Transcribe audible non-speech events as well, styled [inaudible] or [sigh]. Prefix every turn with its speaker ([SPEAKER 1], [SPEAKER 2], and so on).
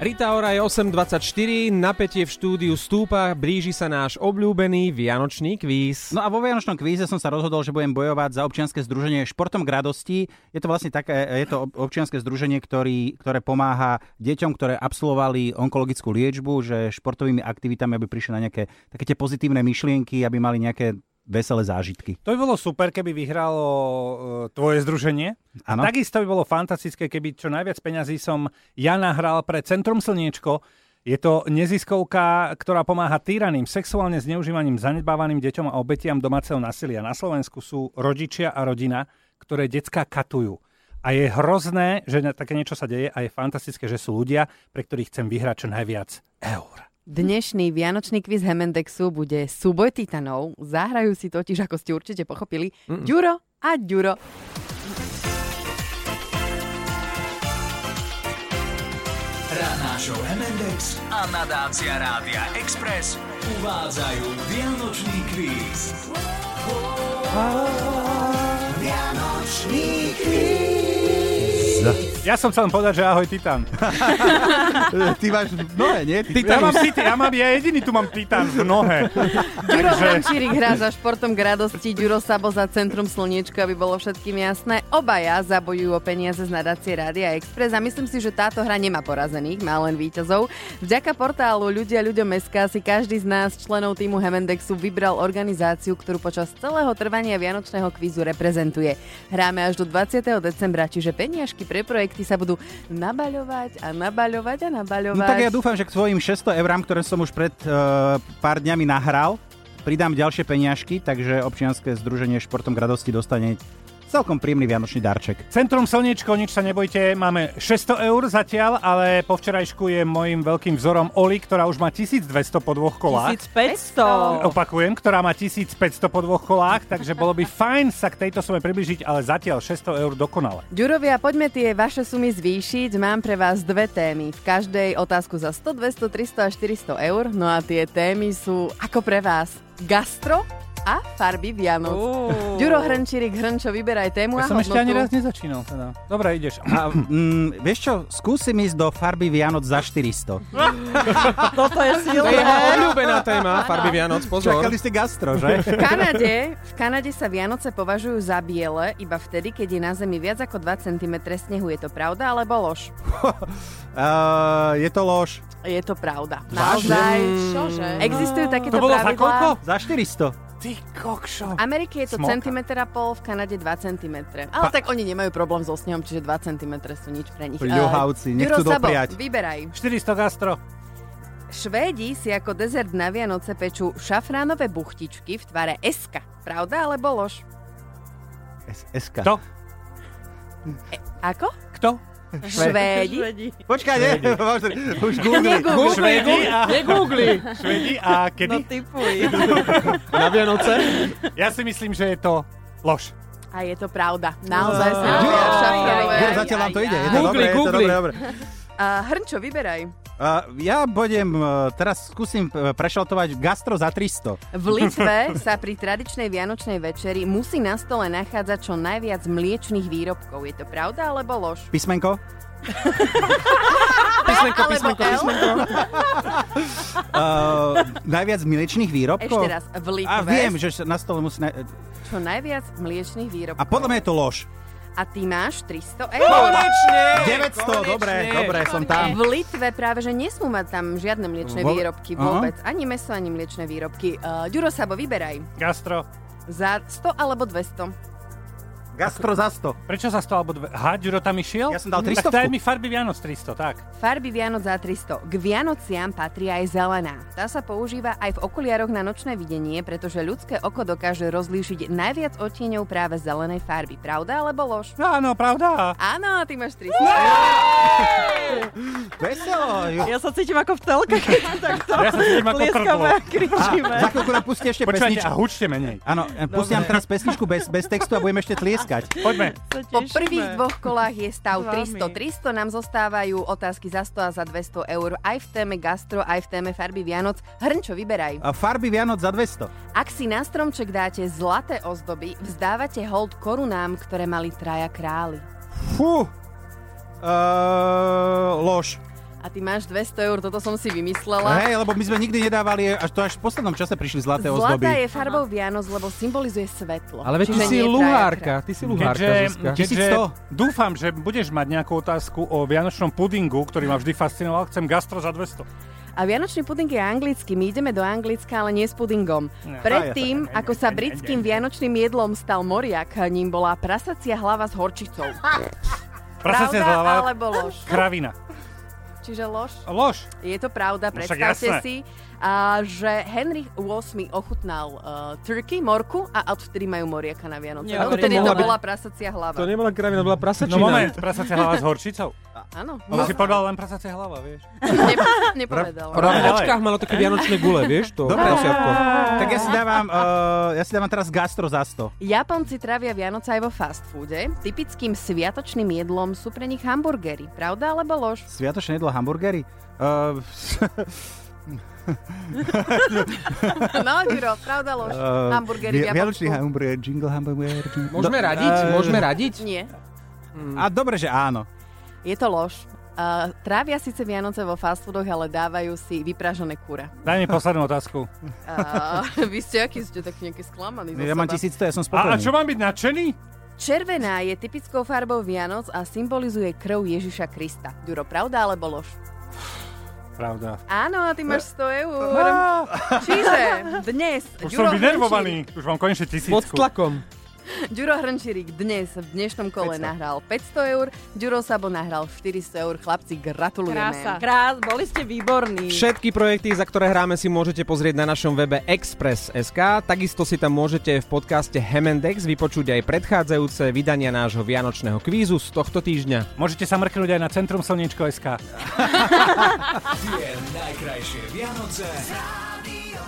[SPEAKER 1] Rita Ora je 8.24, napätie v štúdiu stúpa, blíži sa náš obľúbený vianočný kvíz.
[SPEAKER 2] No a vo Vianočnom kvíze som sa rozhodol, že budem bojovať za občianske združenie Športom k radosti. Je to vlastne také, je to ob- občianske združenie, ktorý, ktoré pomáha deťom, ktoré absolvovali onkologickú liečbu, že športovými aktivitami, aby prišli na nejaké také tie pozitívne myšlienky, aby mali nejaké veselé zážitky.
[SPEAKER 3] To by bolo super, keby vyhralo e, tvoje združenie.
[SPEAKER 2] Áno.
[SPEAKER 3] Takisto by bolo fantastické, keby čo najviac peňazí som ja nahral pre Centrum Slniečko. Je to neziskovka, ktorá pomáha týraným, sexuálne zneužívaným, zanedbávaným deťom a obetiam domáceho násilia. Na Slovensku sú rodičia a rodina, ktoré decka katujú. A je hrozné, že na- také niečo sa deje a je fantastické, že sú ľudia, pre ktorých chcem vyhrať čo najviac eur.
[SPEAKER 4] Dnešný vianočný kviz Hemendexu bude súboj titanov. Zahrajú si totiž, ako ste určite pochopili, Ďuro a Ďuro.
[SPEAKER 5] Ranná show MNDX a nadácia Rádia Express uvádzajú Vianočný kvíz. Vianočný kvíz.
[SPEAKER 3] Ja som chcel len povedať, že ahoj Titan.
[SPEAKER 2] [laughs] Ty máš mnohé, nie? Ty,
[SPEAKER 3] Ja mám, Titan, ja mám, ja jediný tu mám Titan v nohe.
[SPEAKER 4] Ďuro
[SPEAKER 3] Takže-
[SPEAKER 4] Hančírik hrá za športom k radosti, Ďuro Sabo za Centrum Slniečka, aby bolo všetkým jasné. Obaja zabojujú o peniaze z nadácie Rádia Express a myslím si, že táto hra nemá porazených, má len víťazov. Vďaka portálu Ľudia ľuďom SK si každý z nás členov týmu Hemendexu vybral organizáciu, ktorú počas celého trvania Vianočného kvízu reprezentuje. Hráme až do 20. decembra, čiže peniažky pre projekty sa budú nabaľovať a nabaľovať a
[SPEAKER 2] No
[SPEAKER 4] nabaľovať.
[SPEAKER 2] tak ja dúfam, že k svojim 600 eurám, ktoré som už pred uh, pár dňami nahral, pridám ďalšie peniažky, takže občianske združenie Športom k radosti dostane celkom príjemný vianočný darček.
[SPEAKER 3] Centrum Slniečko, nič sa nebojte, máme 600 eur zatiaľ, ale po včerajšku je mojim veľkým vzorom Oli, ktorá už má 1200 po dvoch kolách.
[SPEAKER 6] 1500.
[SPEAKER 3] Opakujem, ktorá má 1500 po dvoch kolách, takže bolo by fajn sa k tejto sume približiť, ale zatiaľ 600 eur dokonale.
[SPEAKER 4] Ďurovia, poďme tie vaše sumy zvýšiť. Mám pre vás dve témy. V každej otázku za 100, 200, 300 a 400 eur. No a tie témy sú ako pre vás gastro a farby Vianoc.
[SPEAKER 6] Uú.
[SPEAKER 4] Ďuro Hrnčirik, Hrnčo, vyberaj tému
[SPEAKER 3] Ja
[SPEAKER 4] a
[SPEAKER 3] som ešte
[SPEAKER 4] hodnotu.
[SPEAKER 3] ani raz nezačínal. Teda. Dobre, ideš.
[SPEAKER 2] A mm, vieš čo, skúsim ísť do farby Vianoc za 400.
[SPEAKER 6] Toto je
[SPEAKER 1] To je jeho
[SPEAKER 6] silné.
[SPEAKER 1] obľúbená téma, farby Vianoc, pozor.
[SPEAKER 2] Čakali ste gastro, že?
[SPEAKER 4] V Kanade, v Kanade sa Vianoce považujú za biele iba vtedy, keď je na zemi viac ako 2 cm snehu. Je to pravda alebo lož?
[SPEAKER 2] [laughs] uh, je to lož.
[SPEAKER 4] Je to pravda. Naozaj.
[SPEAKER 6] Čože? No.
[SPEAKER 4] Existujú takéto
[SPEAKER 3] To bolo za
[SPEAKER 4] pravidlá.
[SPEAKER 3] koľko?
[SPEAKER 2] Za 400.
[SPEAKER 3] Ty kokšo.
[SPEAKER 4] V Amerike je to
[SPEAKER 3] Smoka.
[SPEAKER 4] centimetr a pol, v Kanade 2 cm. Ale tak oni nemajú problém so snehom, čiže 2 cm sú nič pre nich.
[SPEAKER 2] Ľuhavci,
[SPEAKER 4] Eh,
[SPEAKER 2] nechcú
[SPEAKER 4] Juro Sabo,
[SPEAKER 2] dopriať.
[SPEAKER 4] vyberaj.
[SPEAKER 3] 400 gastro.
[SPEAKER 4] Švédi si ako dezert na Vianoce pečú šafránové buchtičky v tvare eska. Pravda alebo lož?
[SPEAKER 2] S- SK.
[SPEAKER 3] Kto?
[SPEAKER 4] Ako?
[SPEAKER 3] Kto?
[SPEAKER 4] Švédi.
[SPEAKER 2] Počkaj, nie, [laughs] už Google.
[SPEAKER 4] Negoogle.
[SPEAKER 3] Švedi a,
[SPEAKER 6] Negoogli.
[SPEAKER 3] Švedi a
[SPEAKER 6] No
[SPEAKER 3] kedy?
[SPEAKER 6] typuj.
[SPEAKER 1] Na Vianoce?
[SPEAKER 3] Ja si myslím, že je to lož.
[SPEAKER 4] A je to pravda. Naozaj sa
[SPEAKER 6] Juro,
[SPEAKER 4] robia šafránové.
[SPEAKER 6] Juro,
[SPEAKER 4] Aj,
[SPEAKER 2] Zatiaľ vám to
[SPEAKER 4] aj,
[SPEAKER 2] ide. Je
[SPEAKER 4] aj.
[SPEAKER 2] to
[SPEAKER 1] Googli,
[SPEAKER 2] dobré, je to
[SPEAKER 1] googli.
[SPEAKER 2] dobré, dobré.
[SPEAKER 4] A Hrnčo, vyberaj.
[SPEAKER 2] Uh, ja budem, uh, teraz skúsim uh, prešaltovať gastro za 300.
[SPEAKER 4] V Litve sa pri tradičnej vianočnej večeri musí na stole nachádzať čo najviac mliečných výrobkov. Je to pravda alebo lož?
[SPEAKER 2] Písmenko?
[SPEAKER 4] Písmenko, písmenko, písmenko.
[SPEAKER 2] Uh, najviac mliečných výrobkov?
[SPEAKER 4] Ešte raz, v Litve
[SPEAKER 2] A viem, že sa na stole musí... Na...
[SPEAKER 4] čo najviac mliečných výrobkov.
[SPEAKER 2] A podľa mňa je to lož.
[SPEAKER 4] A ty máš 300 eur.
[SPEAKER 2] 900, dobre, dobre, som tam.
[SPEAKER 4] V Litve práve, že nesmú mať tam žiadne mliečne
[SPEAKER 2] Vo-
[SPEAKER 4] výrobky
[SPEAKER 2] Aha.
[SPEAKER 4] vôbec. Ani meso, ani mliečne výrobky. Uh, Ďuro Sabo, vyberaj.
[SPEAKER 3] Gastro.
[SPEAKER 4] Za 100 alebo 200.
[SPEAKER 2] Gastro za 100.
[SPEAKER 3] Prečo za 100 alebo dve? Aha, Ďuro tam išiel? Mhm.
[SPEAKER 2] Ja som dal
[SPEAKER 3] Tak daj
[SPEAKER 2] 300.
[SPEAKER 3] mi farby Vianoc 300, tak.
[SPEAKER 4] Farby Vianoc za 300. K Vianociam patrí aj zelená. Tá sa používa aj v okuliaroch na nočné videnie, pretože ľudské oko dokáže rozlíšiť najviac odtieňov práve zelenej farby. Pravda alebo lož?
[SPEAKER 3] No Áno, pravda.
[SPEAKER 4] Áno, ty máš 300 eur.
[SPEAKER 2] Veselo. ju-
[SPEAKER 6] Ja sa cítim ako v [laughs] telke, keď takto
[SPEAKER 3] Ja sa cítim ako
[SPEAKER 6] tlieskame
[SPEAKER 3] krtlo.
[SPEAKER 6] a kričíme.
[SPEAKER 2] Za chvíľku nám pustí ešte
[SPEAKER 3] Počúvajte, a
[SPEAKER 2] pesničku.
[SPEAKER 3] hučte menej.
[SPEAKER 2] Áno, e, pustím nám teraz pesničku bez, bez textu a budem ešte tlieskať. E,
[SPEAKER 3] Poďme.
[SPEAKER 6] Sa
[SPEAKER 4] Po
[SPEAKER 6] tešíme.
[SPEAKER 4] prvých dvoch kolách je stav
[SPEAKER 6] S vami.
[SPEAKER 4] 300. 300 nám zostávajú otázky za 100 a za 200 eur aj v téme gastro, aj v téme farby Vianoc. Hrnčo, vyberaj.
[SPEAKER 2] A farby Vianoc za 200.
[SPEAKER 4] Ak si na stromček dáte zlaté ozdoby, vzdávate hold korunám, ktoré mali traja králi.
[SPEAKER 2] Fú. Uh, E, lož.
[SPEAKER 4] A ty máš 200 eur, toto som si vymyslela.
[SPEAKER 2] Hej, lebo my sme nikdy nedávali, až to až v poslednom čase prišli zlaté ozdoby.
[SPEAKER 4] Zlatá je farbou Vianoc, lebo symbolizuje svetlo.
[SPEAKER 1] Ale veď ty
[SPEAKER 4] Čiže
[SPEAKER 1] si
[SPEAKER 4] nie je
[SPEAKER 1] luhárka, ty si luhárka, Zuzka.
[SPEAKER 3] Keďže, keďže
[SPEAKER 2] 1100.
[SPEAKER 3] dúfam, že budeš mať nejakú otázku o vianočnom pudingu, ktorý ma vždy fascinoval. Chcem gastro za 200.
[SPEAKER 4] A vianočný puding je anglický. My ideme do Anglicka, ale nie s pudingom.
[SPEAKER 3] No.
[SPEAKER 4] Predtým, ako sa britským vianočným jedlom stal moriak, ním bola prasacia hlava s
[SPEAKER 3] [laughs]
[SPEAKER 4] horčicou.
[SPEAKER 3] Prasacia
[SPEAKER 4] Pravda
[SPEAKER 3] hlava,
[SPEAKER 4] alebo lož?
[SPEAKER 3] kravina.
[SPEAKER 4] Čiže lož?
[SPEAKER 3] Lož.
[SPEAKER 4] Je to pravda,
[SPEAKER 3] No však
[SPEAKER 4] predstavte
[SPEAKER 3] jasné.
[SPEAKER 4] si, a, že Henry VIII ochutnal uh, turkey, morku a odvtedy majú moriaka na Vianoce.
[SPEAKER 1] Nie, to
[SPEAKER 4] No, vtedy to
[SPEAKER 1] nemohla byť-
[SPEAKER 4] bola prasacia hlava.
[SPEAKER 1] To nebola kravina, to bola prasačina.
[SPEAKER 3] No moment, prasacia hlava s horčicou.
[SPEAKER 4] Áno, No,
[SPEAKER 2] No.
[SPEAKER 3] On si povedal len prasacia hlava, vieš.
[SPEAKER 4] nep- nepovedala.
[SPEAKER 1] Ona v
[SPEAKER 3] Ďalej.
[SPEAKER 1] očkách mala také vianočné gule, vieš? To
[SPEAKER 2] Dobre.
[SPEAKER 1] prasiatko.
[SPEAKER 2] Tak ja si dávam, uh, ja si dávam teraz gastro za 100.
[SPEAKER 4] Japonci trávia Vianoce aj vo fast foode. Typickým sviatočným jedlom sú pre nich hamburgery. Pravda alebo lož? [laughs]
[SPEAKER 2] Sviatočné jedlo hamburgery? Uh,
[SPEAKER 4] No, Juro, pravda lož. Hamburgery v Japonsku.
[SPEAKER 2] Eh, e, Vianočný hamburger, jingle hamburger. jingle-
[SPEAKER 1] Môžeme
[SPEAKER 2] Do-
[SPEAKER 1] radiť?
[SPEAKER 2] eh,
[SPEAKER 1] Môžeme radiť?
[SPEAKER 4] Nie,
[SPEAKER 2] A dobre, že áno.
[SPEAKER 4] je to lož. Uh, trávia síce Vianoce vo fast foodoch, ale dávajú si vypražené kura.
[SPEAKER 3] Daj mi poslednú otázku.
[SPEAKER 4] Uh, [laughs] vy ste aký, ste tak nejaký sklamaný. zo
[SPEAKER 2] Ja mám
[SPEAKER 4] seba.
[SPEAKER 2] 1100, ja som
[SPEAKER 3] A, a
[SPEAKER 2] spokojný.
[SPEAKER 3] čo mám byť nadšený?
[SPEAKER 4] Červená je typickou farbou Vianoc a symbolizuje krv Ježiša Krista. Juro, pravda alebo lož?
[SPEAKER 3] Pravda.
[SPEAKER 4] Áno, a ty
[SPEAKER 2] Eh,
[SPEAKER 4] máš 100 eur. Čiže dnes...
[SPEAKER 3] Už
[SPEAKER 4] Ďuro
[SPEAKER 3] som vynervovaný. Už mám konečne
[SPEAKER 1] Pod
[SPEAKER 3] tisícku.
[SPEAKER 1] tlakom.
[SPEAKER 4] Ďuro Hrnčirík dnes v dnešnom kole
[SPEAKER 2] 500.
[SPEAKER 4] nahral 500 eur, Ďuro Sabo nahral 400 eur. Chlapci, gratulujeme.
[SPEAKER 6] Krása. Krás, boli ste výborní.
[SPEAKER 1] Všetky projekty, za ktoré hráme, si môžete pozrieť na našom webe Express.sk. Takisto si tam môžete v podcaste Hemendex vypočuť aj predchádzajúce vydania nášho vianočného kvízu z tohto týždňa.
[SPEAKER 3] Môžete sa mrknúť aj na Centrum Slniečko.sk.
[SPEAKER 5] Tie najkrajšie Vianoce s Rádiom